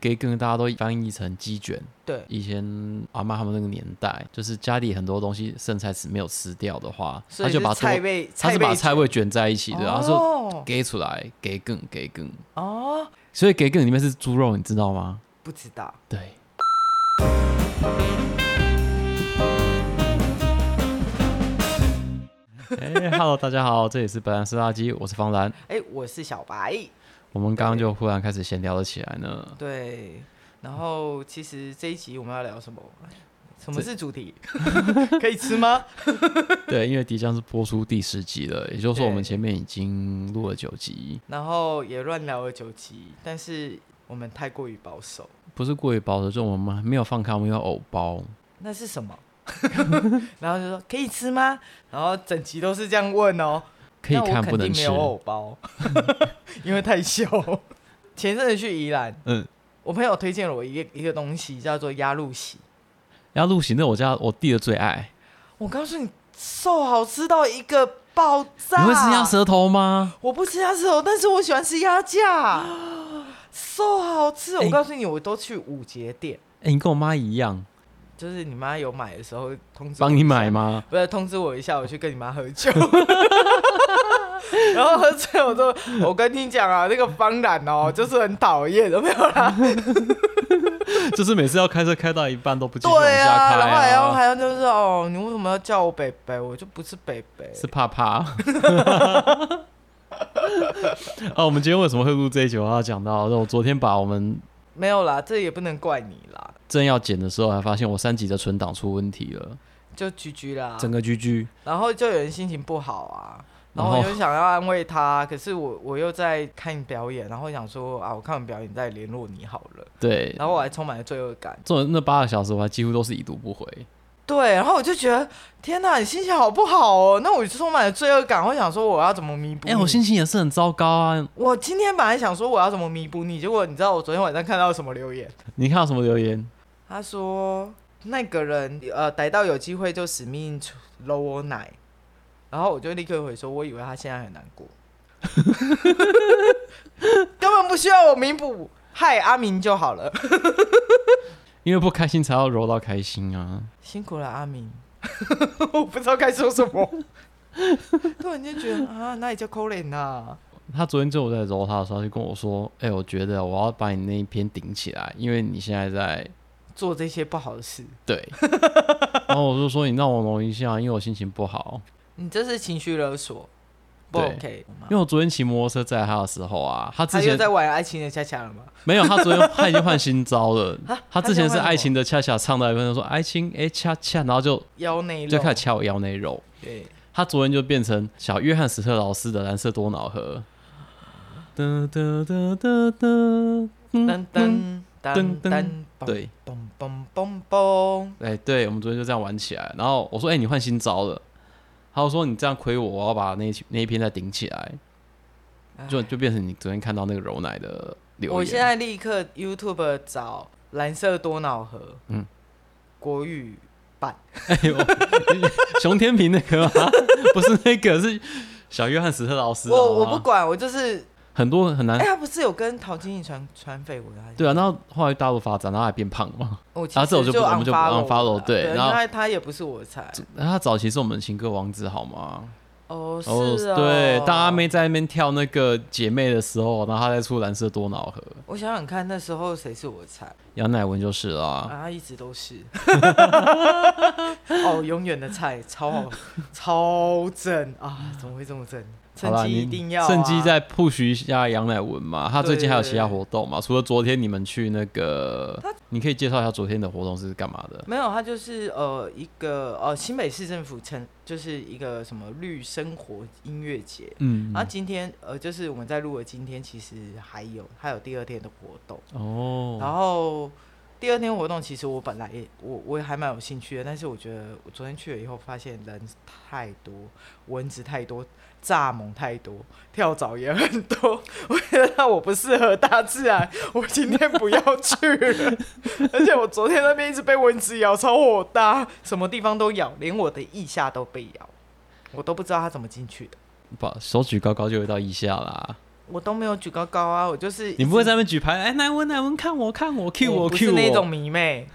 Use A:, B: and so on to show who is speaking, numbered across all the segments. A: 给梗大家都翻译成鸡卷。
B: 对，
A: 以前阿妈他们那个年代，就是家里很多东西剩菜是没有吃掉的话，
B: 所
A: 他
B: 以
A: 就把
B: 菜
A: 多
B: 被
A: 他
B: 被
A: 是把菜味卷在一起的，他说
B: 哦
A: 给出来给梗给梗，
B: 哦，
A: 所以给梗里面是猪肉，你知道吗？
B: 不知道
A: 对。哎、h e l l o 大家好，这里是本兰斯垃圾，我是方兰。
B: 哎、我是小白，
A: 我们刚刚就忽然开始闲聊了起来呢。
B: 对，然后其实这一集我们要聊什么？什么是 主题？可以吃吗？
A: 对，因为迪江是播出第十集了，也就是说
B: 对
A: 我们前面已经录了九集，
B: 然后也乱聊了九集，但是我们太过于保守，
A: 不是过于保守，就我们没有放开，我们有偶包。
B: 那是 什么？然后就说可以吃吗？然后整集都是这样问哦，
A: 可以
B: 那我
A: 看
B: 肯
A: 不能
B: 定没
A: 吃
B: 有，藕 包，因为太小。前阵子去宜兰，
A: 嗯，
B: 我朋友推荐了我一个一个东西，叫做鸭露席。
A: 要露行那我家我弟的最爱。
B: 我告诉你，瘦好吃到一个爆炸。
A: 你会吃鸭？舌头吗？
B: 我不吃鸭舌头，但是我喜欢吃鸭架。 瘦好吃，
A: 哎
B: 我告诉你，我都去五节店，
A: 哎、你跟我妈一样，
B: 就是你妈有买的时候通知我
A: 帮你
B: 一下
A: 买吗？
B: 不要通知我一下，我去跟你妈喝酒。 然后喝醉，我说：“我跟你讲啊，那个方然哦， 就是很讨厌，有没有啦？
A: 就是每次要开车开到一半都不继续往
B: 对
A: 下
B: 啊，
A: 开、
B: 然后还要还要就是哦，你为什么要叫我北北？我就不是北北。
A: 是怕怕。 啊，我们今天为什么会录这一集？我要讲到，我昨天把我们
B: 没有啦，这也不能怪你啦，
A: 正要剪的时候，还发现我三集的存档出问题了，
B: 就居居啦。
A: 整个 GG。
B: 然后就有人心情不好啊，然
A: 然
B: 后
A: 后
B: 我就想要安慰他，可是我我又在看你表演，然后想说啊，我看完表演再联络你好了。
A: 对，
B: 然后我还充满了罪恶感。
A: 这种那八个小时，我还几乎都是已读不回。
B: 对，然后我就觉得天哪，你心情好不好哦？那我就充满了罪恶感，我想说我要怎么弥补
A: 哎、
B: 你？
A: 我心情也是很糟糕啊！
B: 我今天本来想说我要怎么弥补你，结果你知道我昨天晚上看到什么留言？
A: 你看到什么留言？
B: 他说那个人呃逮到有机会就死命搂我奶，然后我就立刻回说，我以为他现在很难过， 根本不需要我弥补，害阿明就好了，
A: 因为不开心才要揉到开心啊！
B: 辛苦了阿明， 我不知道该说什么， 突然间觉得啊，那也叫扣脸
A: 啊
B: 呐，
A: 他昨天中午在揉他的时候，他就跟我说：“哎、我觉得我要把你那一篇顶起来，因为你现在在
B: 做这些不好的事，
A: 对。”然后我就说：“你让我揉一下，因为我心情不好。
B: 你这是情绪勒索，不
A: 对
B: OK 吗
A: 因为我昨天骑摩托车载他的时候啊，他之
B: 他又
A: 前
B: 在玩爱情的恰恰了吗？
A: 没有，他昨天 他已经换新招了
B: 啊。
A: 他之前是
B: 他现在换什么
A: 爱情的恰恰唱到一半，他说爱情哎、恰恰，然后就
B: 腰内
A: 就
B: 肉
A: 开，始掐我腰内肉。
B: 对。
A: 他昨天就变成小约翰·史特劳斯的蓝色多瑙河。噔噔噔噔噔噔
B: 噔
A: 噔，
B: 噔噔噔，
A: 对，
B: 嘣嘣嘣嘣，
A: 哎、对，我们昨天就这样玩起来。然后我说，哎、你换新招了。他就说你这样亏我，我要把那一那一篇再顶起来，就就变成你昨天看到那个柔奶的留言。
B: 哎我现在立刻 YouTube 找蓝色多瑙河，嗯
A: 嗯，
B: 国语版，
A: 哎呦，熊天平那个吗？ 不是那个，是小约翰·史特劳斯。
B: 我我
A: 好吗
B: 不管，我就是，
A: 很多很难
B: 哎，。他不是有跟陶晶莹传传绯闻啊？
A: 嗯对啊，然后后来大陆发展，然后还变胖嘛。
B: 我其
A: 啊这我
B: 实
A: 就不我们就不
B: unfollow 了
A: unfollow，对
B: 对，
A: 然后
B: 因为他也不是我的菜，
A: 那他早期是我们情歌王子，好吗？
B: 哦，是哦，
A: 对，当阿妹在那边跳那个姐妹的时候，然后她在出蓝色多瑙河，
B: 我想想看，那时候谁是我的菜
A: 杨乃文就是啦。
B: 啊？他一直都是， 哦，永远的菜，超好， 超正啊！怎么会这么正？
A: 嗯好
B: 趁
A: 啦，
B: 机
A: 你
B: 一定要、啊，
A: 趁机再 push 一下杨乃文嘛。他最近还有其他
B: 对对对
A: 活动嘛？除了昨天你们去那个，你可以介绍一下昨天的活动是干嘛的？
B: 没有，它就是呃一个呃新北市政府成就是一个什么绿生活音乐节。
A: 嗯
B: 然后今天呃，就是我们在录的今天，其实还有还有第二天的活动。
A: 哦，
B: 然后第二天活动，其实我本来也我我也还蛮有兴趣的，但是我觉得我昨天去了以后，发现人太多，蚊子太多，蚱蜢太多，跳蚤也很多。我觉得我不适合大自然，我今天不要去了。而且我昨天那边一直被蚊子咬，超火大，什么地方都咬，连我的腋下都被咬，我都不知道它怎么进去的。
A: 把手举高高就会到腋下啦。
B: 我都没有举高高啊，我就是
A: 你不会
B: 一直
A: 在那边举牌，哎，乃文乃文看我看我 Q
B: 我
A: 我
B: 不
A: Q
B: 是
A: 我，
B: 那种 迷妹。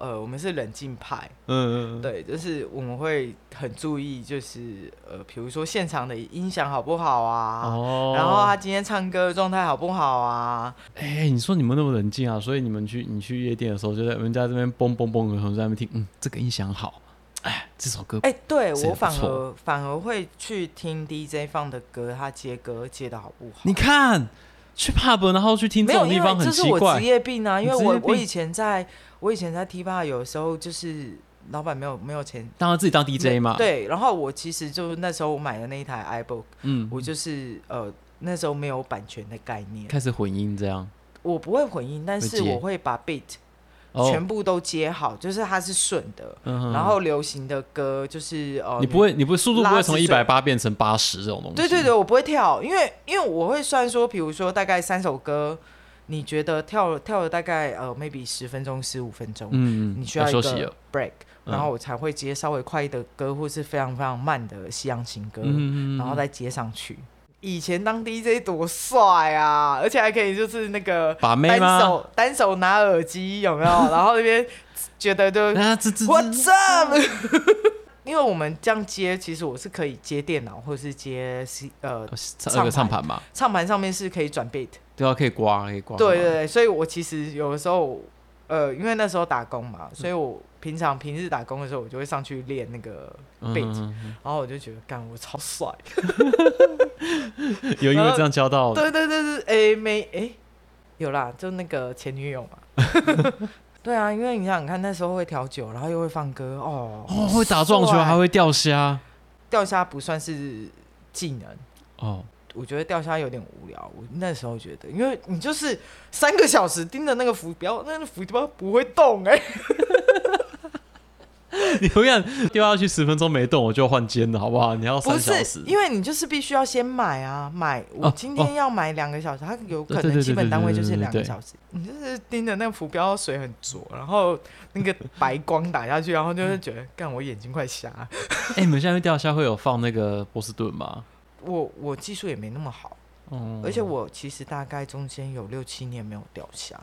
B: 呃，我们是冷静派，
A: 嗯，嗯，嗯
B: 对，就是我们会很注意，就是呃，比如说现场的音响好不好啊，
A: 哦，
B: 然后他今天唱歌的状态好不好啊，
A: 哎、你说你们那么冷静啊，所以你们去你去夜店的时候，就在人家这边嘣嘣嘣的时候，在那边听，嗯，这个音响好，哎，这首歌，
B: 哎、对
A: 谁
B: 我
A: 不
B: 反
A: 错
B: 而反而会去听 DJ 放的歌，他接歌接的好不好？
A: 你看去 pub 然后去听
B: 没
A: 这
B: 有，
A: 种地
B: 哎因为
A: 方
B: 这
A: 很
B: 是
A: 奇
B: 我
A: 怪
B: 职，业病啊，因为
A: 你职
B: 我
A: 业病
B: 我以前在我以前在 T bar 有时候就是老板没有没有钱。
A: 当然自己当 DJ 嘛，，
B: 对，然后我其实就是那时候我买的那一台 iBook，
A: 嗯，
B: 我就是呃那时候没有版权的概念，
A: 开始混音这样，
B: 我不会混音，但是
A: 会接
B: 我会把 beat
A: 哦，
B: 全部都接好，就是它是顺的。
A: 嗯哼
B: 然后流行的歌就是呃，
A: 你不会，你不会速度不
B: 拉
A: 会
B: 直
A: 从
B: 水
A: 一百八变成八十这种东西，
B: 对对对，我不会跳，因为因为我会算说，比如说大概三首歌，你觉得跳了跳了大概呃 maybe 十分钟十五分钟，
A: 嗯，嗯，
B: 你需要一
A: 休息
B: 个
A: 了，
B: break，
A: 嗯
B: 然后我才会接稍微快的歌，或是非常非常慢的西洋情歌，
A: 嗯，嗯
B: 然后再接上去。以前当 DJ 多帅啊，而且还可以就是那个
A: 把妹
B: 单
A: 吗？
B: 手单手拿耳机有没 有？然后那边觉得就
A: 啊，这这
B: What's up？因为我们这样接，其实我是可以接电脑或者是接 C 呃
A: 哦这唱唱盘嘛，
B: 唱盘上面是可以转 beat，
A: 对啊，可以刮，可以刮，
B: 对对，对，所以我其实有的时候呃，因为那时候打工嘛，所以我平常平日打工的时候，我就会上去练那个，
A: 嗯
B: 背
A: 嗯嗯
B: 然后我就觉得干我超帅，
A: 嗯有因为这样交到，
B: 对对对对，哎没哎有啦，就那个前女友 嘛。对啊，因为你想想看，那时候会调酒，然后又会放歌，哦，
A: 哦，会打撞球，
B: 帅
A: 还会钓虾，
B: 钓虾不算是技能，
A: 哦，
B: 我觉得钓虾有点无聊。我那时候觉得，因为你就是三个小时盯着那个浮标，那个浮标不会动哎、
A: 你永远丢下去十分钟没动，我就换肩了，好不好？你要
B: 不
A: 三小
B: 是
A: 时，，
B: 因为你就是必须要先买啊，买我
A: 哦
B: 今天要买两个小时，它有可
A: 对对
B: 能
A: 对
B: 基本单位就是两
A: 对对对
B: 个
A: 对
B: 小时。你就是盯着那个浮标，水很浊，然后那个白光打下去，然后就会觉得，干我眼睛快瞎了。
A: 哎、你们现在钓虾会有放那个波士顿吗？
B: 我我技术也没那么好，
A: 哦，
B: 而且我其实大概中间有六七年没有钓虾，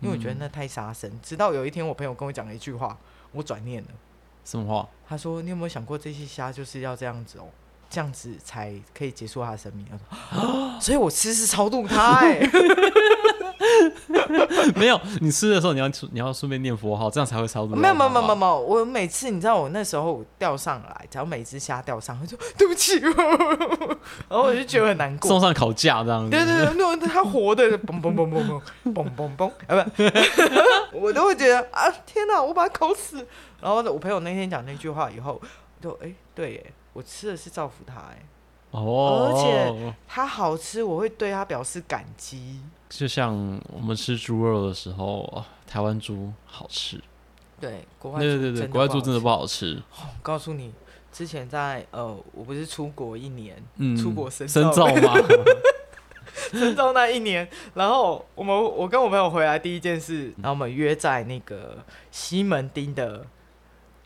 B: 因为我觉得那太杀生。直到有一天，我朋友跟我讲了一句话，我转念了。
A: 什么话？
B: 他说：“你有没有想过，这些虾就是要这样子哦，这样子才可以结束它的生命？”我说所以，我吃是超度它、哎，
A: 没有，你吃的时候你要你要顺便念佛号，这样才会超度到它。
B: 没有没有没有没有没有，我每次你知道，我那时候我钓上来，只要每只虾钓上，他说对不起，哦 然后我就觉得很难
A: 送
B: 过。
A: 上烤架这样子。
B: 对对对，那它活的，嘣嘣嘣嘣嘣嘣嘣嘣，啊不， 我都会觉得啊，天哪，我把它烤死。然后我朋友那天讲那句话以后，就哎、对耶，我吃的是造福它，哎。
A: 哦，
B: 而且它好吃，我会对它表示感激。
A: 就像我们吃猪肉的时候，啊台湾猪好吃，
B: 对，国外
A: 对对对对，国外猪真的
B: 不
A: 不好吃。
B: 好吃。我告诉你，之前在呃，我不是出国一年，
A: 嗯，
B: 出国深
A: 深
B: 造
A: 造吗？
B: 深造那一年，然后我们我跟我朋友回来第一件事，
A: 嗯
B: 然后我们约在那个西门町的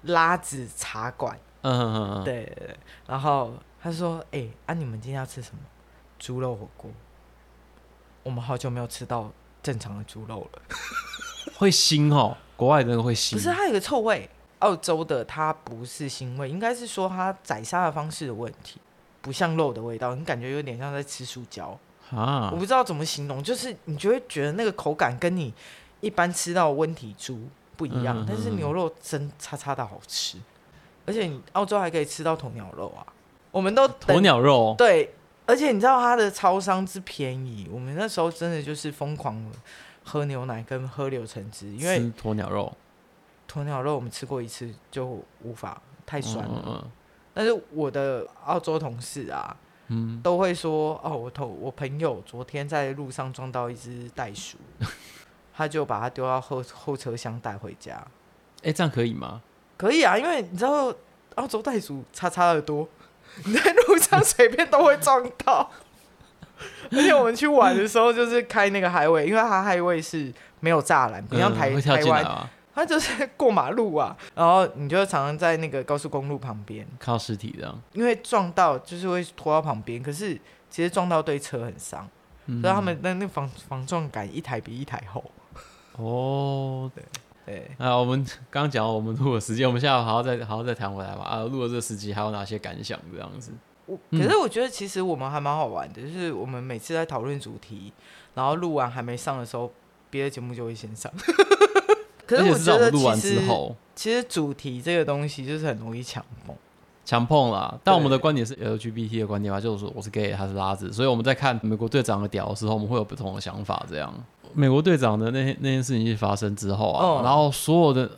B: 拉子茶馆。
A: 嗯嗯嗯嗯，
B: 对对对，然后他说：“哎、啊，你们今天要吃什么？猪肉火锅。我们好久没有吃到正常的猪肉了。”
A: 会腥哦，国外那个会腥。
B: 不是，它有个臭味。澳洲的它不是腥味，应该是说它宰杀的方式的问题，不像肉的味道，你感觉有点像在吃塑胶。
A: 啊
B: 我，不知道怎么形容，就是你就会觉得那个口感跟你一般吃到的温体猪不一样，
A: 嗯嗯嗯
B: 但是牛肉真叉叉的好吃，而且你澳洲还可以吃到鸵鸟肉啊，我们都等
A: 鸵鸟肉，
B: 对，而且你知道它的超商之便宜，我们那时候真的就是疯狂地喝牛奶跟喝柳橙汁，因为
A: 吃鸵鸟肉
B: 鸵鸟肉我们吃过一次就无法，太
A: 太
B: 酸了。
A: 嗯嗯
B: 但是我的澳洲同事啊，
A: 嗯。
B: 都会说哦，我同我朋友昨天在路上撞到一只袋鼠，他就把它丢到后后车厢带回家。
A: 哎、这样可以吗？
B: 可以啊，因为你知道澳洲袋鼠叉叉的多，你在路上随便都会撞到。而且我们去玩的时候，就是开那个海尾，因为它海尾是没有栅栏，不像台、
A: 嗯、会跳
B: 台
A: 进来
B: 湾
A: 吗？
B: 他就是过马路啊，然后你就常常在那个高速公路旁边，
A: 看到尸体这样，
B: 因为撞到就是会拖到旁边，可是其实撞到对车很伤，
A: 嗯
B: 所以他们那那防防撞杆一台比一台厚。
A: 哦，
B: 对，
A: 啊，我们刚刚讲我们录的时间，我们现在好好再好好再谈回来吧。啊，录了这十集还有哪些感想？这样子，
B: 我可是我觉得其实我们还蛮好玩的，就是我们每次在讨论主题，然后录完还没上的时候，别的节目就会先上。可
A: 而
B: 是
A: 且
B: 我
A: 是
B: 觉
A: 在我
B: 得
A: 们录
B: 其
A: 完之
B: 实
A: 后
B: 其实主题这个东西就是很容易抢风。
A: 强碰啦。但我们的
B: 对
A: 观点是 LGBT 的观点嘛，就是说我是 gay，他是拉子，所以我们在看美国队长的屌的时候，我们会有不同的想法。这样，美国队长的那那件事情一发生之后啊，
B: 哦
A: 然后所有的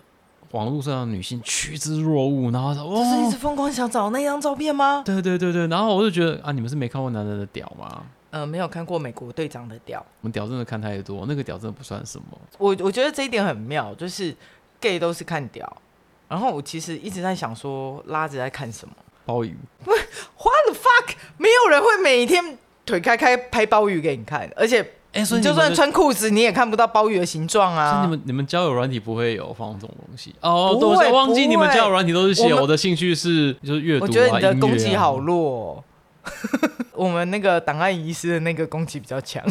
A: 网络上的女性趋之若鹜，然后说
B: 就
A: 哦
B: 是一直疯狂想找那张照片吗？
A: 对对对对，然后我就觉得啊，你们是没看过男人的屌吗？
B: 呃，没有看过美国队长的屌，
A: 我们屌真的看太多，那个屌真的不算什么。
B: 我我觉得这一点很妙，就是 gay 都是看屌，然后我其实一直在想说拉着在看什么
A: 鲍鱼，
B: ，What the fuck？没有人会每天腿开开拍鲍鱼给你看，而且
A: 哎、所以
B: 你就
A: 你们
B: 算
A: 的
B: 穿裤子，你也看不到鲍鱼的形状
A: 所以
B: 啊
A: 你。们你们交友软体不会有放这种东西哦？
B: 不
A: 对，我
B: 会
A: 忘记
B: 不
A: 你们
B: 会
A: 交友软体都是
B: 我
A: 写
B: 们
A: 我的兴趣是就是阅读、啊，
B: 我觉得你的
A: 音乐
B: 攻击
A: 啊
B: 好弱、哦。 我们那个档案遗失的那个攻击比较强，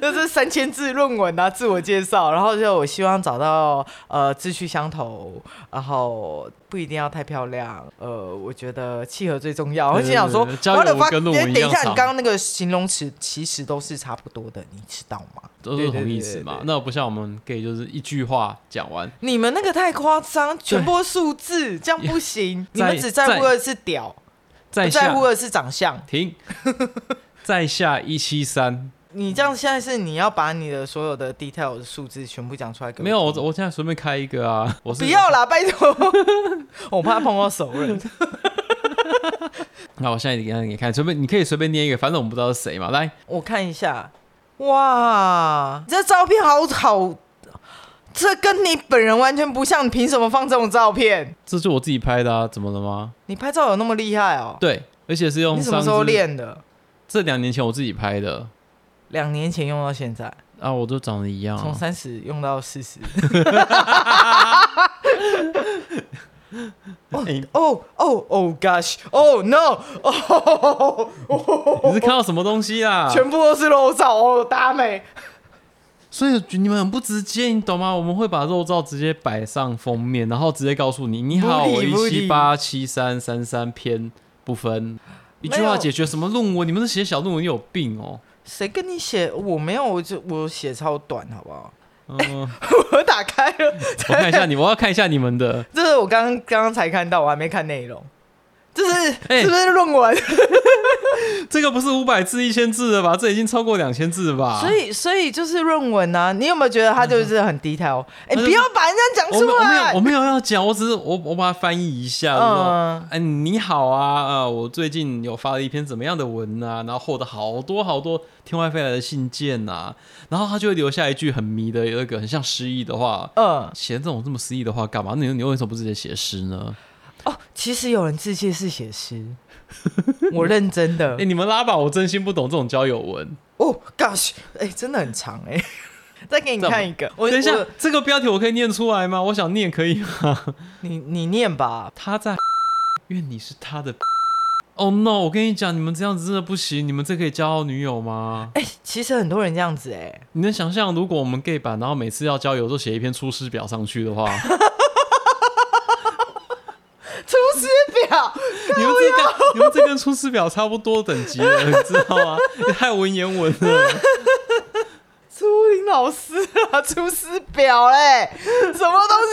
B: 就是三千字论文啊，自我介绍，然后就我希望找到呃志趣相投，然后不一定要太漂亮，呃，我觉得契合最重要。我
A: 对
B: 心想说
A: 对对，交友
B: What the
A: 跟
B: fuck？
A: 论文一
B: 哎等
A: 样
B: 一下，你
A: 长
B: 刚刚那个形容词其实都是差不多的，你知道吗？
A: 都是
B: 对对
A: 同
B: 对
A: 义
B: 对
A: 词嘛
B: 对？
A: 那不像我们 gay 就是一句话讲完，
B: 你们那个太夸张，全部数字，这样不行。你们只在乎的是屌，
A: 在
B: 不在
A: 下
B: 乎的是长相。
A: 停，在下一七三
B: 你这样现在是你要把你的所有的 detail 的数字全部讲出来给我。
A: 没有我我现在随便开一个啊，我是
B: 哦不要啦，拜托， 我怕碰到熟人。
A: 那我现在给你看，随便你可以随便念一个，反正我们不知道是谁嘛。来，
B: 我看一下，哇，这照片好好，这跟你本人完全不像，你凭什么放这种照片？
A: 这是我自己拍的啊，怎么了吗？
B: 你拍照有那么厉害哦？
A: 对，而且是用
B: 你什么时候
A: 上次
B: 练的？
A: 这两年前我自己拍的
B: 两年前用到现在，
A: 啊，我都长得一样、
B: 从
A: 啊。
B: 三十用到 四十。
A: 哎你
B: 哦哦哦，gosh，哦 no，哦，
A: 你是看到什么东西啊？
B: 全部都是肉照哦，达美。
A: 所以你们很不直接，你懂吗？我们会把肉照直接摆上封面，然后直接告诉你：“你好，
B: 不
A: 我
B: 理
A: 一
B: 不
A: 七
B: 理
A: 八七三三三篇不分。”一句
B: 没有
A: 话解决什么论文？你们是写小论文有病哦！
B: 谁跟你写？我没有，我就我写超短，好不好？
A: 嗯、
B: 我打开了，
A: 我看一下你，我要看一下你们的。
B: 这是我刚刚刚刚才看到，我还没看内容。这是、
A: 哎
B: 是不是论文？
A: 这个不是五百字、一千字的吧？这已经超过两千字了吧？
B: 所以所以就是论文啊！你有没有觉得他就是很 detail？哎、
A: 那就
B: 不要把人家讲
A: 我
B: 出
A: 没嗯有我没有
B: 来
A: 我。没有要讲，我只是我我把它翻译一下。嗯
B: 嗯，
A: 哎，你好啊，呃，我最近有发了一篇怎么样的文啊？然后获得好多好多天外飞来的信件呐、然后他就会留下一句很迷的，有一个很像诗意的话。
B: 嗯，
A: 写这种这么诗意的话干嘛？那你你为什么不直接写诗呢？
B: 哦，其实有人自介是写诗， 我认真的
A: 哎、。你们拉吧，我真心不懂这种交友文。
B: 哦，gosh，哎、真的很长哎、 再给你看一个，我
A: 等一下
B: 我，
A: 这个标题我可以念出来吗？我想念可以吗？
B: 你你念吧。
A: 他在，愿你是他的。Oh no！我跟你讲，你们这样子真的不行，你们这可以交女友吗？
B: 哎、其实很多人这样子哎、
A: 你能想象，如果我们 gay 版，然后每次要交友都写一篇出师表上去的话，
B: 出师表，
A: 你们这跟你们这跟出师表差不多等级了，你知道吗？你太文言文了。
B: 朱林老师啊， 出师表嘞、什么东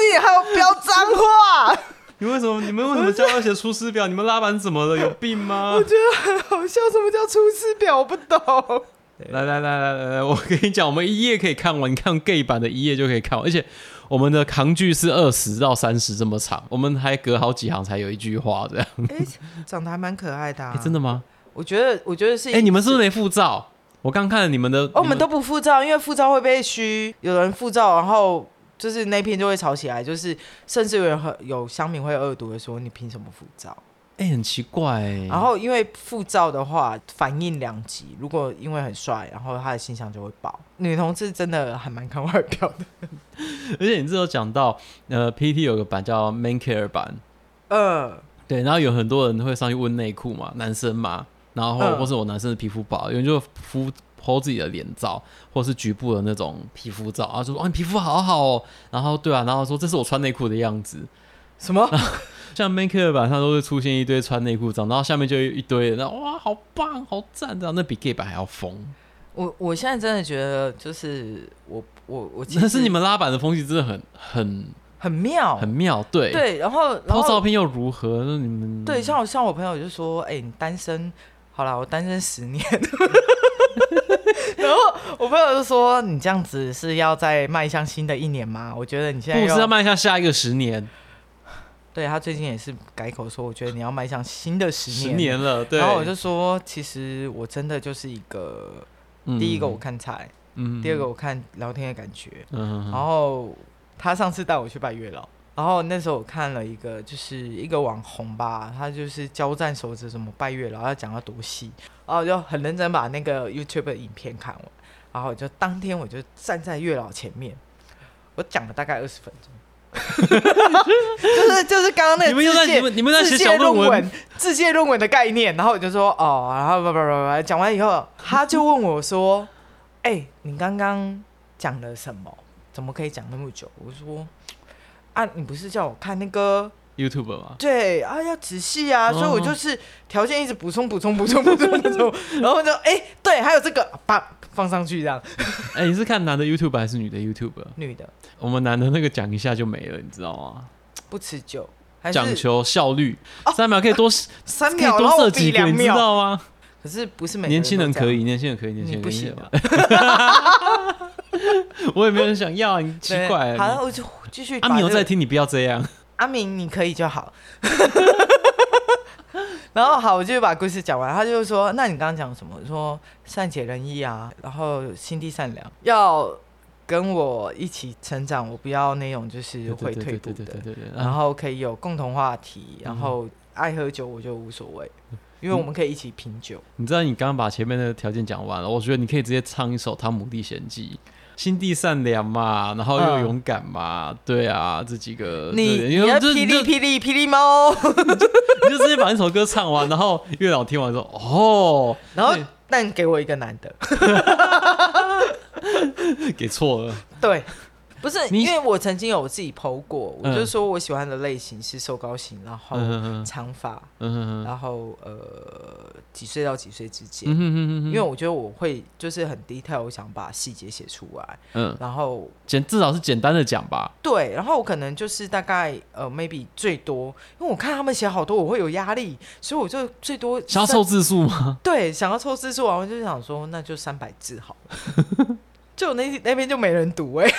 B: 西还有标脏话，
A: 你为什么你们为什么交要写出师表？你们拉板怎么了？有病吗
B: 我？觉得很好笑。什么叫出师表？我不懂。
A: 来来来来来来，我跟你讲，我们一页可以看完，你看 gay 版的一页就可以看完，而且我们的行距是二十到三十这么长，我们还隔好几行才有一句话这样。
B: 哎、长得还蛮可爱的、啊
A: 哎真的
B: 的。
A: 吗？
B: 我觉得，我觉得是。
A: 哎、你们是不是没附照？我刚看了你们的，
B: 哦，我
A: 你
B: 们都不附照，因为附照会被虚，有人附照，然后就是那篇就会吵起来，就是甚至有人和有乡民会恶毒的说：“你凭什么附照？”
A: 哎、很奇怪、欸。
B: 然后因为复照的话，反应两极，如果因为很帅，然后他的形象就会爆。女同志真的还蛮看外表的，
A: 而且你这有讲到，呃，PT 有个版叫 Man Care 版，
B: 呃，
A: 对，然后有很多人会上去问内裤嘛，男生嘛，然后或
B: 嗯
A: 或是我男生的皮肤薄，有人就敷剖自己的脸照，或是局部的那种皮肤照，然后就说哦你皮肤好好哦，然后对啊，然后说这是我穿内裤的样子，
B: 什 么？
A: 像 Maker 版上都会出现一堆穿内裤照，然后下面就一堆人，然后哇好棒好赞，这样那比 gay 版还要疯，
B: 我我现在真的觉得，就是我我我其
A: 但是
B: 实
A: 你们拉板的风气真的很很
B: 很妙，
A: 很妙，对，
B: 对，然后然
A: 抛照
B: 后
A: 片又如何？那你们
B: 对，像我像我朋友就说，哎、你单身，好啦，我单身十年。 然后我朋友就说：“你这样子是要再迈向新的一年吗？我觉得你现在
A: 不是要
B: 要
A: 迈向下一个十年，
B: 对他最近也是改口说，我觉得你要迈向新的十
A: 十
B: 年。
A: 年了，对。
B: 然后我就说，其实我真的就是一个，
A: 嗯
B: 第一个我看菜，
A: 嗯
B: 第二个我看聊天的感觉。
A: 嗯，
B: 然后他上次带我去拜月老，然后那时候我看了一个，就是一个网红吧，他就是交战手指怎么拜月老，他讲到多细，然后我就很认真把那个 YouTube 的影片看完，然后我就当天我就站在月老前面，我讲了大概二十分 钟。 就是就是刚刚那个
A: 你们又在
B: 自介
A: 你们你们在写
B: 自
A: 小
B: 介
A: 论
B: 论
A: 文，，
B: 自介论文的概念，然后我就说哦，然后叭叭叭叭，讲完以后，他就问我说：“哎、你刚刚讲了什么？怎么可以讲那么久？”我说：“啊，你不是叫我看那个
A: YouTube 嘛，
B: 对啊，要仔细啊，
A: 哦
B: 所以我就是条件一直补充补充补充补充补充，然后就哎、对，还有这个，把放上去这样，
A: 哎、你是看男的 YouTube 还是女的 YouTube？
B: 女的
A: 我们男的那个讲一下就没了，你知道吗？
B: 不持久，还
A: 讲
B: 是
A: 求效率，
B: 哦
A: 三秒可以 多、
B: 三
A: 可以
B: 秒，然
A: 多
B: 后
A: 射
B: 我比
A: 几个，
B: 两
A: 你知
B: 秒，
A: 道吗？
B: 可是不是每个
A: 年轻人
B: 都这样
A: 可以，，年轻人可以，年轻
B: 你
A: 人
B: 不
A: 可以
B: 行啊。”
A: 我也没有人想要啊，你奇
B: 对
A: 怪
B: 好，
A: 啊。
B: 那我就继续。
A: 你阿米有在，听，你不要这样。
B: 阿明你可以就好。 然后好，我就把故事讲完。他就说：“那你刚刚讲什么？”我说善解人意啊，然后心地善良，要跟我一起成长。我不要那种就是
A: 对对
B: 会
A: 对
B: 退步
A: 对对
B: 的，
A: 对对对。
B: 然
A: 然后
B: 后可以有共同话题，然
A: 嗯
B: 后爱喝酒我就无所谓，因为我们可以一起品酒。
A: 你知道你刚刚把前面的条件讲完了，我觉得你可以直接唱一首《汤姆历险记》。心地善良嘛，然后又
B: 嗯
A: 勇敢嘛，对啊，这几个
B: 你
A: 对
B: 你
A: 因为
B: 要
A: 这
B: 霹雳
A: 这
B: 霹雳霹 雳猫，
A: 你就直接把那首歌唱完，然后月老听完说：“哦，
B: 然后
A: 对
B: 但给我一个男的，
A: 给错了。
B: 对，不是
A: 你
B: 因为我曾经有自己剖过，我就
A: 嗯
B: 说我喜欢的类型是瘦高型，然后
A: 嗯”
B: 长发，
A: 嗯嗯嗯
B: 然后呃几岁到几岁之间，
A: 嗯嗯
B: 因为我觉得我会就是很 detail，我想把细节写出来，
A: 嗯，
B: 然后
A: 简至少是简单的讲吧。
B: 对，然后我可能就是大概呃 maybe 最多，因为我看他们写好多，我会有压力，所以我就最多
A: 想要
B: 三
A: 凑字数吗？
B: 对，想要抽字数，然后就想说那就三百字好了， 就那那边就没人读哎、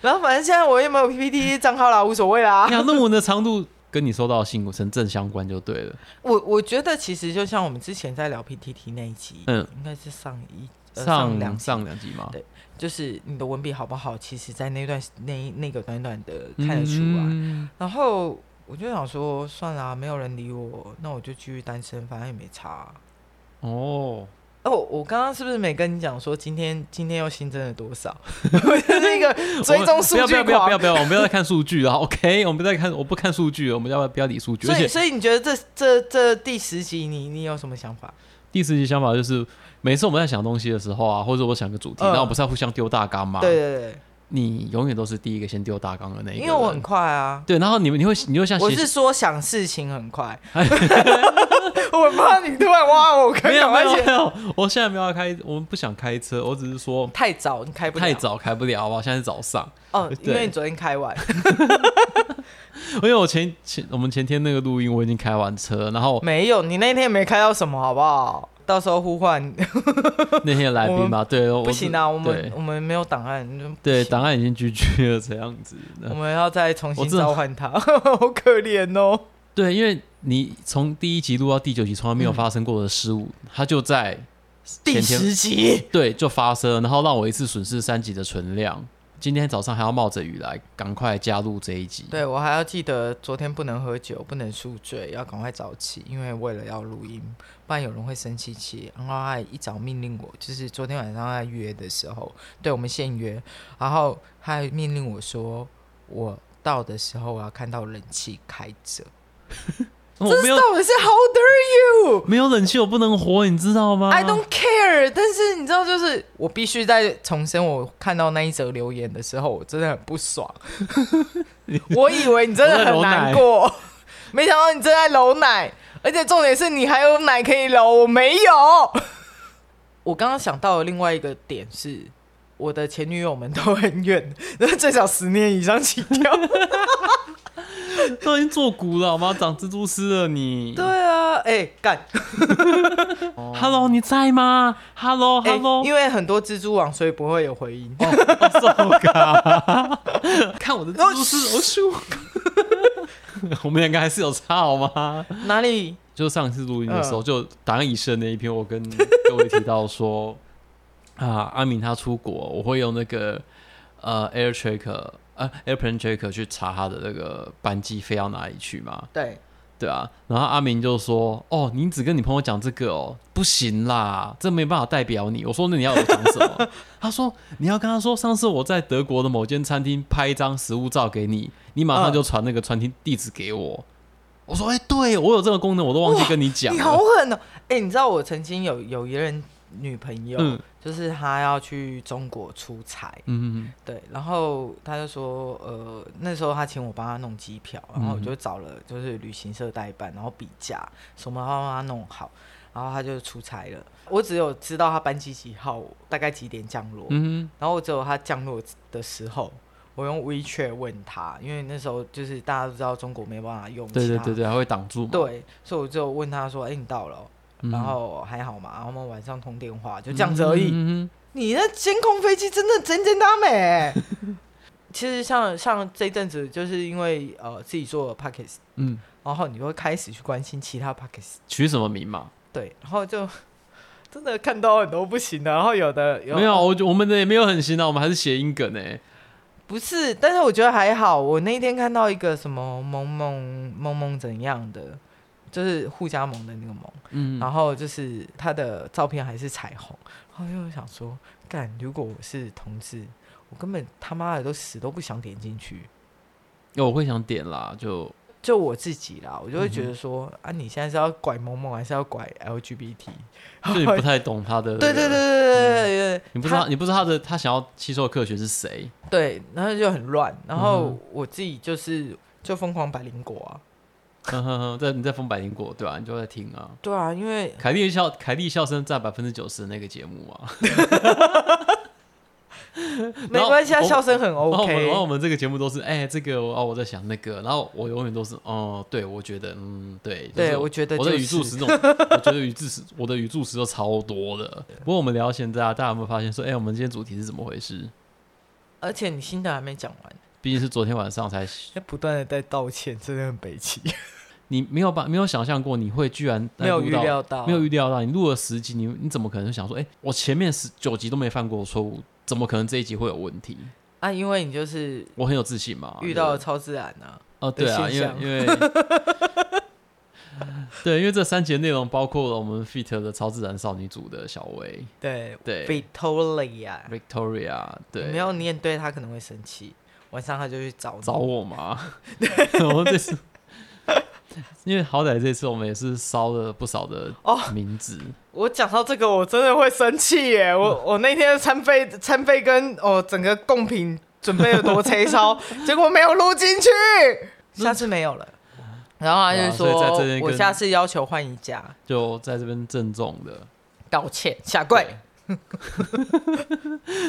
B: 然后反正现在我也没有 PPT 账号啦，无所谓啦
A: 你。看论文的长度跟你收到的信成正相关就对了。
B: 我我觉得其实就像我们之前在聊 PTT 那一集，
A: 嗯
B: 应该是上一、呃、
A: 上
B: 两集，
A: 上两集嘛，
B: 对就是你的文笔好不好，其实在那段那那个短短的看得出来。
A: 嗯
B: 然后我就想说，算啦，没有人理我，那我就继续单身，反正也没差啊、
A: 哦，
B: 哦，我刚刚是不是没跟你讲说今天今天又新增了多少？ 我就是一个追踪数
A: 我们不
B: 据
A: 要不要不要不要
B: 狂。
A: 不要，我们不要再看数据了。OK，我们不再看，我不看数据了，我们要不要不要理数据？
B: 所
A: 而
B: 以，
A: 且
B: 所以你觉得这这这第十集你你有什么想法？
A: 第四集想法就是，每次我们在想东西的时候啊，或者我想个主题，
B: 嗯
A: 然后不是要互相丢大纲吗？
B: 对，对
A: 你永远都是第一个先丢大纲的那一个
B: 对，
A: 人。
B: 因为我很快啊，
A: 对，然后你们你会你会像
B: 我
A: 写
B: 是说想事情很 快。 我怕你突然挖我坑，啊
A: 没有没
B: 赶快
A: 有
B: 写
A: 没有，我现在没有要开，我们不想开车，我只是说
B: 太早，你开不了
A: 太早开不了啊，现在是早上，
B: 哦，因
A: 对
B: 为你昨天开完，
A: 因为我前前我们前天那个录音我已经开完车，然后
B: 没有，你那天没开到什么，好不好？到时候呼唤
A: 那天的来宾嘛，对，我
B: 不行啊，我们
A: 对
B: 我们没有档案，不行
A: 对档案已经 GG 了这样子，
B: 我们要再重
A: 我
B: 新
A: 真的
B: 召唤他， 好可怜哦。
A: 对，因为你从第一集录到第九集从来没有发生过的失误，它就在
B: 第
A: 前天
B: 十集，
A: 对就发生了，然后让我一次损失三集的存量。今天早上还要冒着雨来，赶快加入这一集。
B: 对我还要记得昨天不能喝酒，不能宿醉，要赶快早起，因为为了要录音，不然有人会生气气。然后他还一早命令我，就是昨天晚上在约的时候，对我们现约，然后啊他还命令我说，我到的时候我要看到冷气开着。
A: 哦我
B: 这
A: 没
B: 是
A: 有
B: 到底是 How dare you？
A: 没有冷气我不能活，你知道吗
B: I don't care，但是你知道，就是我必须在重申我看到那一则留言的时候，我真的很不爽。 我以为你真的很难过，没想到你正在揉奶，而且重点是你还有奶可以揉，我没有。我刚刚想到的另外一个点是，我的前女友们都很远，最少十年以上起跳。
A: 都已经做骨了好吗？长蜘蛛丝了你。
B: 对啊，哎、干，
A: Hello，你在吗
B: 哎、
A: ？Hello，Hello，
B: 因为很多蜘蛛网，所以不会有回音。
A: 受卡，看我的蜘蛛丝，
B: 哦
A: 我咻。 我们两个还是有差好吗？
B: 哪里？
A: 就上次录音的时候，就答案已生那一篇，我跟 各位提到说，啊，阿敏他出国，我会用那个呃 Air Tracker 呃 Airplane Tracker 去查他的那个班机飞到哪里去嘛，
B: 对，
A: 对啊。然后阿明就说：“哦，你只跟你朋友讲这个哦，不行啦，这没办法代表你。”我说：“那你要我讲什么？” 他说：“你要跟他说，上次我在德国的某间餐厅拍一张食物照给你，你马上就传那个餐厅地址给我。”我说：“哎、对我有这个功能，我都忘记跟你讲
B: 你
A: 了。
B: 好狠哦！哎、你知道我曾经有有一任女朋友，
A: 嗯
B: 就是她要去中国出差，
A: 嗯，
B: 对，然后她就说，呃，那时候她请我帮她弄机票，然后我
A: 嗯
B: 就找了就是旅行社代办，然后比价，什么都帮她弄好，然后她就出差了。我只有知道她班机几号，大概几点降落，
A: 嗯
B: 然后只有他降落的时候，我用 WeChat 问他，因为那时候就是大家都知道中国没办法用
A: 哼，对
B: 其
A: 对
B: 他
A: 对对，还会挡住嘛。
B: 对，所以我就问他说：“哎、你到了哦、
A: 嗯，
B: 然后还好嘛，然后我们晚上通电话，就这样子而已。
A: 嗯嗯
B: 你那监控飞机真的简简单美、欸 其实像像这阵子，就是因为呃自己做了 pockets，
A: 嗯，
B: 然后你就会开始去关心其他 pockets，
A: 取什么名嘛？
B: 对，然后就真的看到很多不行的，然后有的有
A: 没有，啊我觉我们的也没有很行啊，我们还是谐音梗哎、
B: 不是，但是我觉得还好。我那天看到一个什么萌萌萌萌怎样的，就是互加盟的那个萌，
A: 嗯，
B: 然后就是他的照片还是彩虹，然后又想说，干，如果我是同志，我根本他妈的都死都不想点进去。
A: 哦我会想点啦，就
B: 就我自己啦，我就会觉
A: 嗯
B: 得说，啊，你现在是要拐萌萌，还是要拐 LGBT？
A: 就 你不太懂他的、
B: 对对对对对对对，
A: 你不知道，
B: 他
A: 你不知道他的他想要吸收的科学是谁？
B: 对，然后就很乱，然
A: 嗯
B: 后我自己就是就疯狂百灵果啊，
A: 哼哼哼，在你在封百灵果对吧、你就在听啊。
B: 对啊，因为
A: 凯莉笑凯莉笑声占百分之九十的那个节目啊。
B: 没关系，啊，
A: 然后
B: 笑声很
A: 嗯 然后我们，然后我
B: OK。
A: 们这个节目都是，哎、这个哦，我在想那个，然后我永远都是，哦，对，我觉得，嗯，对，就是
B: 对，我觉得
A: 我
B: 就
A: 的语助
B: 是
A: 词这种， 我觉得语助词，我的语助词都超多的。不过我们聊到现在啊，大家有没有发现说，哎、我们今天主题是怎么回事？
B: 而且你新的还没讲完，
A: 毕竟是昨天晚上才，
B: 那不断的在道歉，真的很悲戚，
A: 你没有把没有想象过，你会居然
B: 没有
A: 录
B: 预
A: 到
B: 料到，
A: 没有预料到，你录了十集，你你怎么可能就想说，哎、我前面十九集都没犯过错误，怎么可能这一集会有问题？
B: 啊，因为你就是
A: 我很有自信嘛。
B: 遇到了
A: 对
B: 超自然啊，
A: 哦，对啊，
B: 的
A: 因
B: 现
A: 为
B: 象
A: 因为 对，因为这三集的内容包括了我们 Fit 的超自然少女组的小薇，
B: 对
A: 对
B: ，Victoria，
A: Victoria，对，
B: 你没有念对他可能会生气，晚上他就去找你
A: 找，我嘛？ 我们这次，因为好歹这次我们也是烧了不少的
B: 哦
A: 名字，
B: 我讲到这个我真的会生气耶， 我我那天的餐费餐费跟哦整个贡品准备了 多催烧，结果没有录进去，下次没有了。 然后他
A: 对啊
B: 就
A: 所以
B: 说
A: 在这边：“
B: 我
A: 跟
B: 下次要求换一家，
A: 就在这边郑重的
B: 道歉，下跪。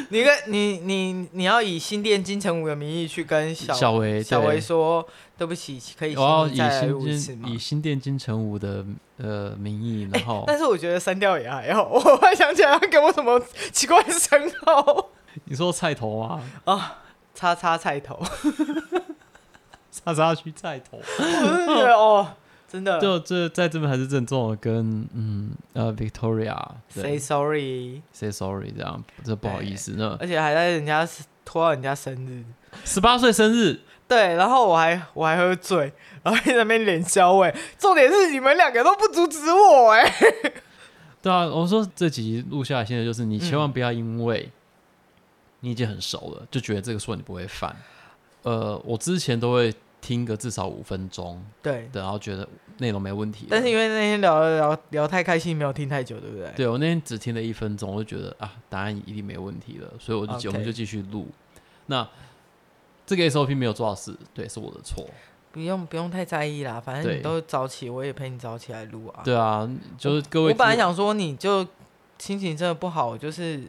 B: 你跟你你你要以新店金城武的名义去跟小
A: 小薇
B: 小薇
A: 对
B: 说对不起，可以
A: 我要以
B: 请你再来
A: 新
B: 录一次哎
A: 金
B: 吗？
A: 以新店金城武的呃名义，然后
B: 但是我觉得删掉也还好，我 忽然想起来他给我什么奇怪的称号
A: 你说菜头吗？
B: 啊，叉叉菜头，
A: 叉叉区菜头，
B: 我真的觉得哦，真的
A: 就这在这边还是郑重的跟嗯呃 Victoria
B: say 哎
A: 对
B: sorry，
A: say sorry 这样，这不好意思，那
B: 而且还在人家拖到人家生日，
A: 十八岁生日，
B: 对，然后我还我还喝醉，然后在那边脸消哎，重点是你们两个都不阻止我哎、
A: 对啊，我说这集录下来，现在就是你千
B: 嗯
A: 万不要因为你已经很熟了，就觉得这个错你不会犯。呃，我之前都会听个至少五分钟
B: 对，
A: 的，然后觉得内容没问题了。
B: 但是因为那天聊聊聊太开心，没有听太久，对不对？
A: 对我那天只听了一分钟，我就觉得啊，答案一定没问题了，所以我就
B: OK
A: 我们就继续录。那这个 SOP 没有做到是，对，是我的错。
B: 不用不用太在意啦，反正
A: 对
B: 你都早起，我也陪你早起来录啊。
A: 对啊，就是各位
B: 我本来想说你就心情真的不好，就是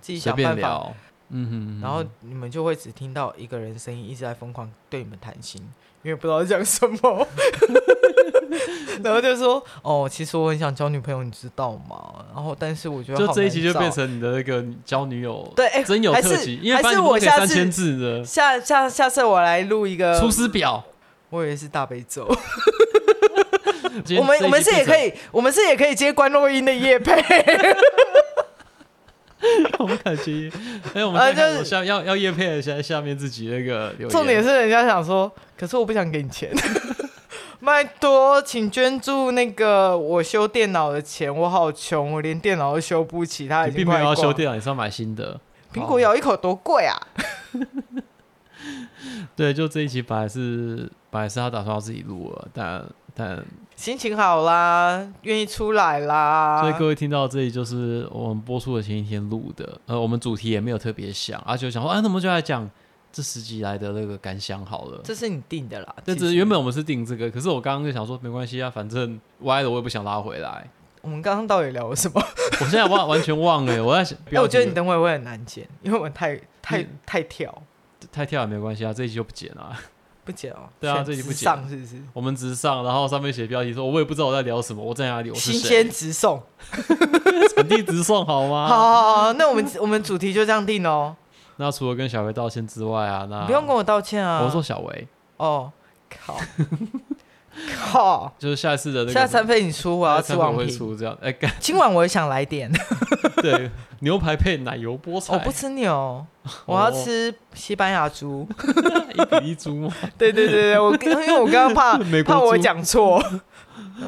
B: 自己
A: 随
B: 想
A: 便
B: 办法，
A: 聊，嗯哼嗯哼，
B: 然后你们就会只听到一个人声音一直在疯狂对你们谈心，因为不知道在讲什么， 然后就说哦，其实我很想交女朋友，你知道吗？然后但是我觉得
A: 就
B: 好
A: 这一
B: 难
A: 集就变
B: 找
A: 成你的那个你交女友
B: 对，哎、
A: 真有
B: 还
A: 特
B: 是
A: 辑，因为
B: 还
A: 反
B: 是
A: 正你
B: 我
A: 可以
B: 下
A: 三
B: 次呃
A: 千字 的
B: 下下下次我来录一个，
A: 出师表。
B: 我以为是大悲咒，
A: 今天
B: 我们
A: 这一
B: 我们
A: 集
B: 是也
A: 变
B: 可以，我们是也可以接关洛音的夜配，
A: 成， 我们感 谢。哎，我们
B: 啊
A: 再看我
B: 就是
A: 下要要叶配一下下面自己那个留言
B: 重点是人家想说，可是我不想给你钱。 麦多，请捐助那个我修电脑的钱，我好穷，我连电脑都修不起，他已
A: 你
B: 经
A: 并没有
B: 快
A: 要
B: 挂
A: 修电脑，你是要买新的。
B: 苹果咬一口多贵啊！
A: 对，就这一期本来是本来是他打算要自己录了，但但
B: 心情好啦，愿意出来啦。
A: 所以各位听到这里就是我们播出的前一天录的，呃，我们主题也没有特别想，而且我想说，啊，那我们就来讲这十集来的那个感想好了。
B: 这是你定的啦。
A: 这
B: 其
A: 只是
B: 实
A: 原本我们是定这个，可是我刚刚就想说没关系啊，反正歪了我也不想拉回来。
B: 我们刚刚到底聊了什么？
A: 我现在忘 完全忘了，我在想，
B: 哎，我觉得你
A: 的
B: 等会会很难剪，因为我太太
A: 你
B: 太跳，
A: 太跳也没关系啊，这一集就不剪啊。
B: 不剪哦。
A: 对啊
B: 选
A: 这集不
B: 直
A: 剪
B: 上是不是？
A: 我们直上，然后上面写标题说，我也不知道我在聊什么，我在哪里，我是
B: 新
A: 谁
B: 鲜，直送。
A: 本地直送好吗？
B: 好好好好，那我们 我们主题就这样定哦，
A: 那除了跟小维道歉之外啊，那
B: 不用跟我道歉啊。
A: 我说小维，
B: 哦，靠，靠！
A: 就是下一次 的那个
B: 下次餐费你出，我要
A: 下
B: 吃
A: 次我
B: 王
A: 会
B: 品。
A: 出这样，哎、干
B: 今晚我也想来点，
A: 对，牛排配奶油菠菜，
B: 我哦不吃
A: 哦
B: 牛，我要吃西班 牙猪。
A: 一比一猪 吗？
B: 对对对对，我因为我刚刚怕
A: 美国
B: 怕
A: 猪
B: 我讲错，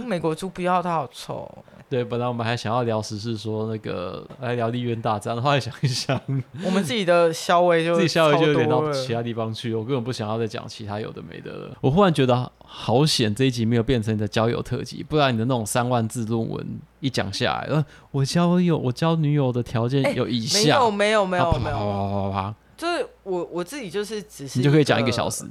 B: 美国猪不要，它好臭。
A: 对，本来我们还想要聊时事，说那个来聊立院大战，后来想一想，
B: 我们自己的消味就
A: 自己下回就有点
B: 超
A: 到
B: 多了
A: 其他地方去，我根本不想要再讲其他有的没的了。我忽然觉得好险，这一集没有变成你的交友特辑，不然你的那种三万字论文一讲下来，呃，我交友我交女友的条
B: 哎
A: 件有以
B: 没
A: 下，
B: 有没有没
A: 然后
B: 有
A: 啪
B: 没
A: 啪
B: 有，
A: 啪啪啪啪啪，
B: 就是我我自己就是只是
A: 你就可以讲一个小时。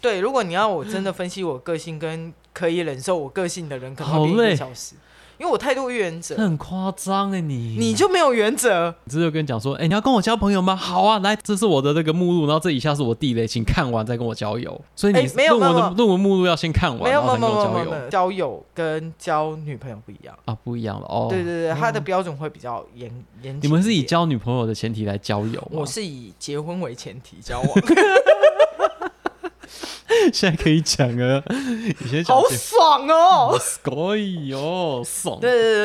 B: 对，如果你要我真的分析我个性跟可以忍受我个性的人，可能
A: 好
B: 要练一
A: 累
B: 个小时，因为我太多原
A: 这
B: 则，
A: 很夸张哎，你
B: 你就没有原则。
A: 这就跟你讲说，哎、你要跟我交朋友吗？好啊，来，这是我的那个目录，然后这以下是我地雷，请看完再跟我交友。所以你
B: 哎没有
A: 论文
B: 没有
A: 的论文目录要先看
B: 没
A: 完，
B: 有
A: 然
B: 没
A: 后
B: 有
A: 才
B: 没
A: 跟我
B: 有没
A: 交
B: 有没
A: 友
B: 有，交友跟交女朋友不一样。
A: 啊，不一样了哦。
B: 对对对，他的标准会比较严严谨一点。
A: 你们是以交女朋友的前提来交友吗
B: 我？是以结婚为前提交往，
A: 现在可以讲啊，以前讲
B: 好爽哦！
A: 可以哦，爽。
B: 对对对对
A: 你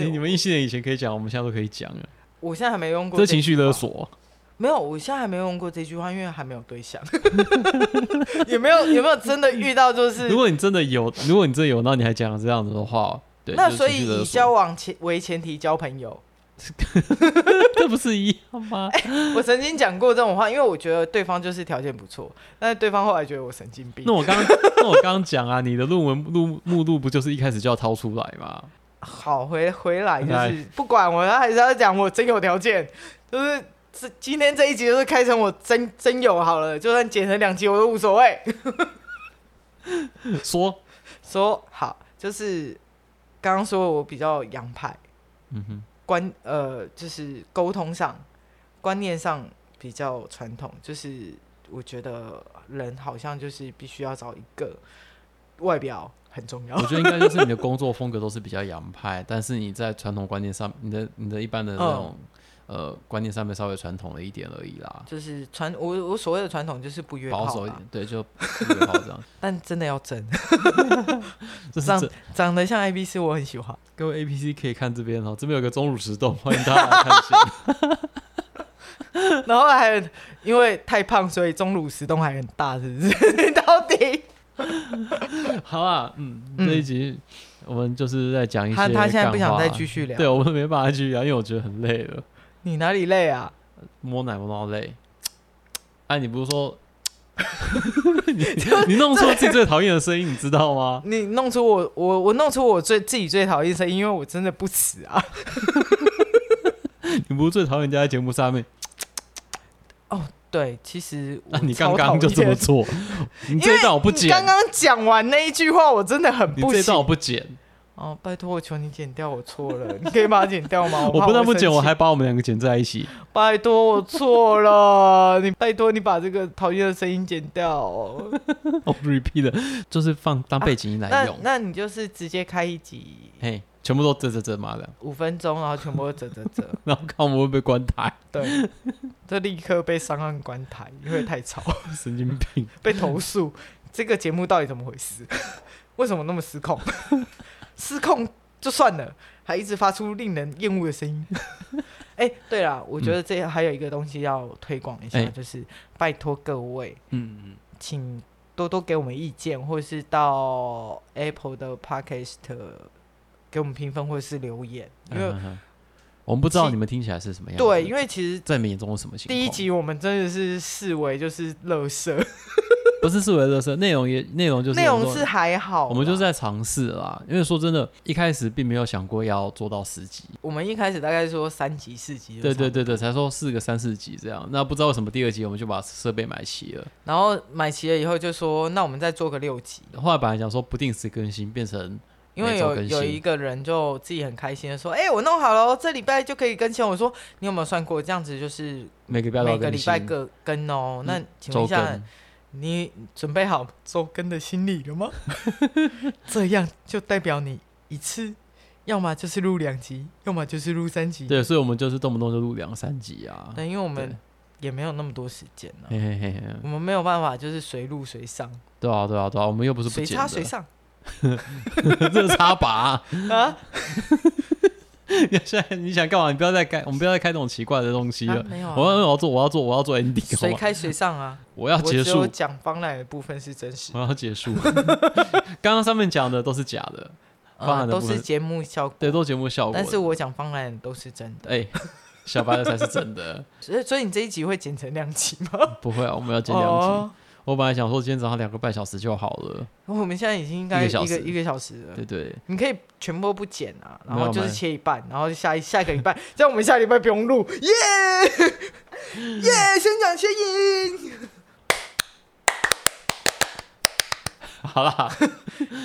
B: 对
A: 你
B: 对，
A: 们一些人以前可以讲，我们现在都可以讲了。
B: 我现在还没用过
A: 这
B: 句
A: 情绪勒
B: 话，
A: 索，
B: 没有，我现在还没用过这句话，因为还没有对象， 也没有也没有真的遇到就是
A: 如果你真的有，如果你真的有，那你还讲这样子的话，对，
B: 那
A: 就是
B: 所
A: 情绪
B: 以
A: 勒
B: 以
A: 索
B: 交往前为前提交朋友，
A: 这不是一样吗？
B: 我曾经讲过这种话，因为我觉得对方就是条件不错，但是对方后来觉得我神经病
A: 那。我 刚那我刚刚讲啊，你的论文录目录不就是一开始就要掏出来吗？
B: 好，回回来就
A: 来
B: 是不管我，他还是要讲我真有条件，就是这今天这一集就是开成我真真有好了，就算剪成两集我都无所谓。
A: 说，
B: 说好，就是刚刚说我比较洋派，
A: 嗯哼，
B: 观呃就是沟通上、观念上比较传统，就是我觉得人好像就是必须要找一个外表很重要
A: 我。觉得应该就是你的工作风格都是比较洋派，但是你在传统观念上，你的你的一般的那种、
B: 嗯
A: 呃观念上面稍微传统了一点而已啦，
B: 就是传我我所谓的传统就是不约炮
A: 保
B: 啦
A: 守一点，对，就约炮这 样。
B: 但真的要真，
A: 这是
B: 长
A: 这
B: 长得像 A B C 我很喜欢。
A: 各位 A P C 可以看这边哦，这边有个钟乳石洞，欢迎大家来看一下。
B: 然后还有因为太胖，所以钟乳石洞还很大，是不是？ 到底
A: 好啊，嗯，
B: 嗯
A: 这一集我们就是在讲一些
B: 他他现在不
A: 干
B: 想
A: 话
B: 再继续聊，
A: 对我们没办法继续聊，因为我觉得很累了。
B: 你哪里累啊？
A: 摸奶摸到累。哎、你不是说你弄出自己最讨厌的声音，你知道吗？
B: 你弄出我我我弄出我最自己最讨厌的声音，因为我真的不死啊！
A: 你不是最讨厌人家在节目上面？
B: 对，其实我
A: 那、啊你
B: 超
A: 刚刚就
B: 讨
A: 这么
B: 厌
A: 做，你这一段我不
B: 你
A: 剪，
B: 刚刚讲完那一句话，我真的很
A: 你
B: 不
A: 这一段我
B: 行。
A: 不剪，
B: 哦，拜托，我求你剪掉，我错了， 你可以把它剪掉吗？
A: 我
B: 怕
A: 不但不
B: 生
A: 剪，我
B: 气
A: 还把我们两个剪在一起。
B: 拜托，我错了，你拜托你把这个讨厌的声音剪掉。
A: 我 repeat 的，就是放当背景音来
B: 啊那
A: 用。
B: 那你就是直接开一集
A: 嘿，全部都这这这妈的，
B: 五分钟，然后全部都折折 折，
A: 然后看我们会不会关台，
B: 对，这立刻被上岸关台，因为太吵，
A: 神经病。
B: 被投诉。这个节目到底怎么回事？ 为什么那么失控？ 失控就算了，还一直发出令人厌恶的声音。 哎、对了，我觉得这还有一个东西要推广一下，
A: 嗯哎
B: 就是拜托各位，
A: 嗯，
B: 请多多给我们意见，或是到 Apple 的 Podcast 给我们评分，或是留言。因为、
A: 嗯哼我们不知道
B: 其
A: 你们听起来是什么样子。
B: 对，因为其实
A: 在你们眼中是什么情况？
B: 第一集我们真的是视为就是乐色，
A: 不是视为乐色，内容也内容就是
B: 内
A: 很
B: 容
A: 多
B: 是还好啦。
A: 我们就是在尝试啦。因为说真的，一开始并没有想过要做到十集，
B: 我们一开始大概说三集四集，
A: 对对。对对，才说四个三四集这样。那不知道为什么第二集我们就把设备买齐了。
B: 然后买齐了以后就说，那我们再做个六集，
A: 后来本来想说不定时更新，变成
B: 因为
A: 每周
B: 有
A: 更新
B: 有一个人就自己很开心的说，哎、我弄好了哦，这礼拜就可以更新。我说你有没有算过，这样子就是
A: 每个礼拜都
B: 每
A: 要
B: 个
A: 更
B: 礼
A: 新嗯
B: 拜各更哦？那请问
A: 周
B: 一下。
A: 更。
B: 你准备好周更的心理 了吗？这样就代表你一次，要么就是录两集，要么就是录三集。
A: 对，所以我们就是动不动就录两三集啊。
B: 但因为我
A: 对
B: 们也没有那么多时间了、
A: 嘿嘿嘿嘿，
B: 我们没有办法就是随录随上，
A: 对啊对啊对啊，我们又不是不
B: 随
A: 剪
B: 插
A: 的，
B: 随上
A: 这是插拔 啊。
B: 啊！
A: 你现在你想干嘛？你不要再开，我们不要再开这种奇怪的东西
B: 啊
A: 了。
B: 没有、
A: 我要
B: 啊，
A: 我要做我要做我要做 ending，好
B: 随
A: 吗
B: 开随上啊！
A: 我要
B: 我
A: 结
B: 只
A: 束
B: 有，讲方来的部分是真实
A: 我，要结束。 刚刚上面讲的都是假的，啊方来
B: 呃、
A: 的
B: 都
A: 部
B: 是
A: 分哦
B: 节目效果，
A: 对，都是节目效果的。
B: 但是我讲方来的都是真的。
A: 哎、小白的才是真 的，
B: 所以，所以你这一集会剪成两集吗？
A: 不会啊，我们要剪两集。
B: 哦，
A: 我本来想说今天早上两个半小时就好了，
B: 我们现在已经应
A: 一
B: 该一
A: 个小
B: 个
A: 时
B: 一个小时了
A: 对。对。
B: 你可以全部都不剪啊，然
A: 没有
B: 后就是
A: 没有
B: 切一半，然后下一下一个礼拜， 这样我们下礼拜不用录，耶 耶！先讲先赢，
A: 好啦，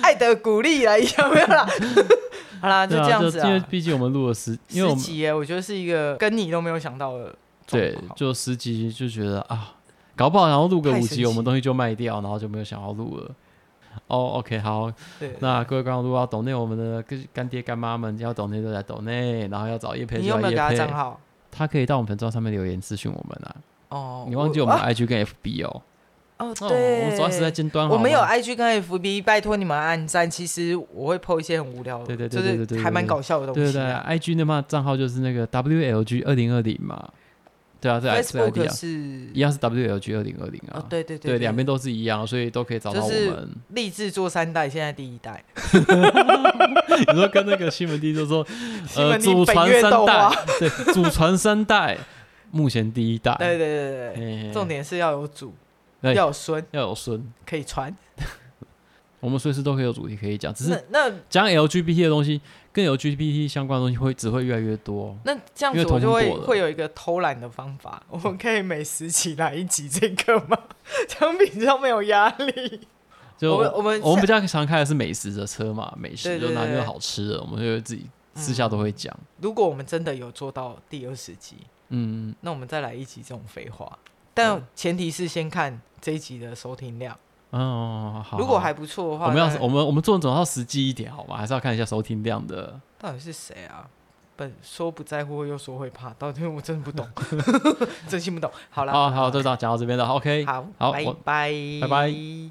B: 爱的鼓励啦，一下没有啦， 好啦，就
A: 对啊
B: 这样子
A: 因为
B: 啊。
A: 毕竟我们录了十，因为我
B: 十
A: 们
B: 集耶，我觉得是一个跟你都没有想到的状
A: 对
B: 况，
A: 就十集就觉得啊，搞不好然后录个
B: 太
A: 五
B: 神
A: 集，
B: 奇
A: 我们东西就卖掉，然后就没有想要录了。哦、o k 好，
B: 对，
A: 那各位观众如果要抖内我们的干干爹干妈们要抖内就来抖内，然后要找叶佩
B: 你
A: 就
B: 有
A: 来
B: 没有给
A: 叶
B: 他
A: 佩
B: 账，号？
A: 他可以到我们粉砖上面留言私讯我们啊。
B: 哦，
A: 你忘记我们的 IG 跟 FB 哦？
B: 哦，
A: 哦，
B: 对，
A: 我们主要是在。尖端好
B: 我
A: 吗，
B: 们有 IG 跟 FB，拜托你们按赞。其实我会 PO 一些很无聊的，
A: 对对对对对
B: 就
A: 对
B: 是
A: 对
B: 还蛮搞笑的东
A: 对对
B: 西
A: 对
B: 啊。
A: ，IG 的嘛账号就是那个 WLG 二零二零嘛，对啊，这 I 这 ID
B: Facebook
A: 啊，
B: 是
A: 一样是 WLG 二零二零啊
B: 哦，，对对
A: 对，两边都是一样，所以都可以找到我
B: 就是
A: 们。
B: 立志做三代，现在第一代，
A: 你说跟那个西门町就 说，
B: 西
A: 呃，
B: 门町
A: 祖
B: 北
A: 传
B: 岳
A: 三
B: 豆
A: 代
B: 花，
A: 对，祖传三代，目前第一代，
B: 对对对
A: 嘿
B: 对
A: 嘿
B: 对，
A: 嘿
B: 重点是要有主，
A: 对
B: 要有孙，
A: 要有孙，
B: 可以传。
A: 我们随时都可以有主题可以讲，只
B: 那
A: 是
B: 那
A: 讲 LGBT 的东西跟 LGBT 相关的东西会只会越来越多。
B: 那这样
A: 因为
B: 子，我就
A: 同
B: 会
A: 步了
B: 会有一个偷懒的方法， 我们可以每十期来一集这个吗？ 这样比较没有压力。
A: 就
B: 我们我们
A: 我们比较常开的是美食的车嘛，美
B: 对
A: 食
B: 对
A: 就拿那个
B: 对嗯
A: 好吃的，我们就会自己私下都会讲。
B: 如果我们真的有做到第二十集，
A: 嗯，
B: 那我们再来一集这种废话，但前提是先看这一集的收听量，
A: 哦，好。
B: 如果
A: 好
B: 还不错的话，
A: 我们要
B: 那
A: 是我们我们做人总要实际一点好吗？还是要看一下收听量的。
B: 到底是谁啊？本说不在乎又说会怕，到底我真的不懂， 真心不懂。好了，
A: 好好，就这样讲到这边了。OK，
B: 好，
A: 好
B: 拜
A: 我
B: 拜，
A: 拜拜。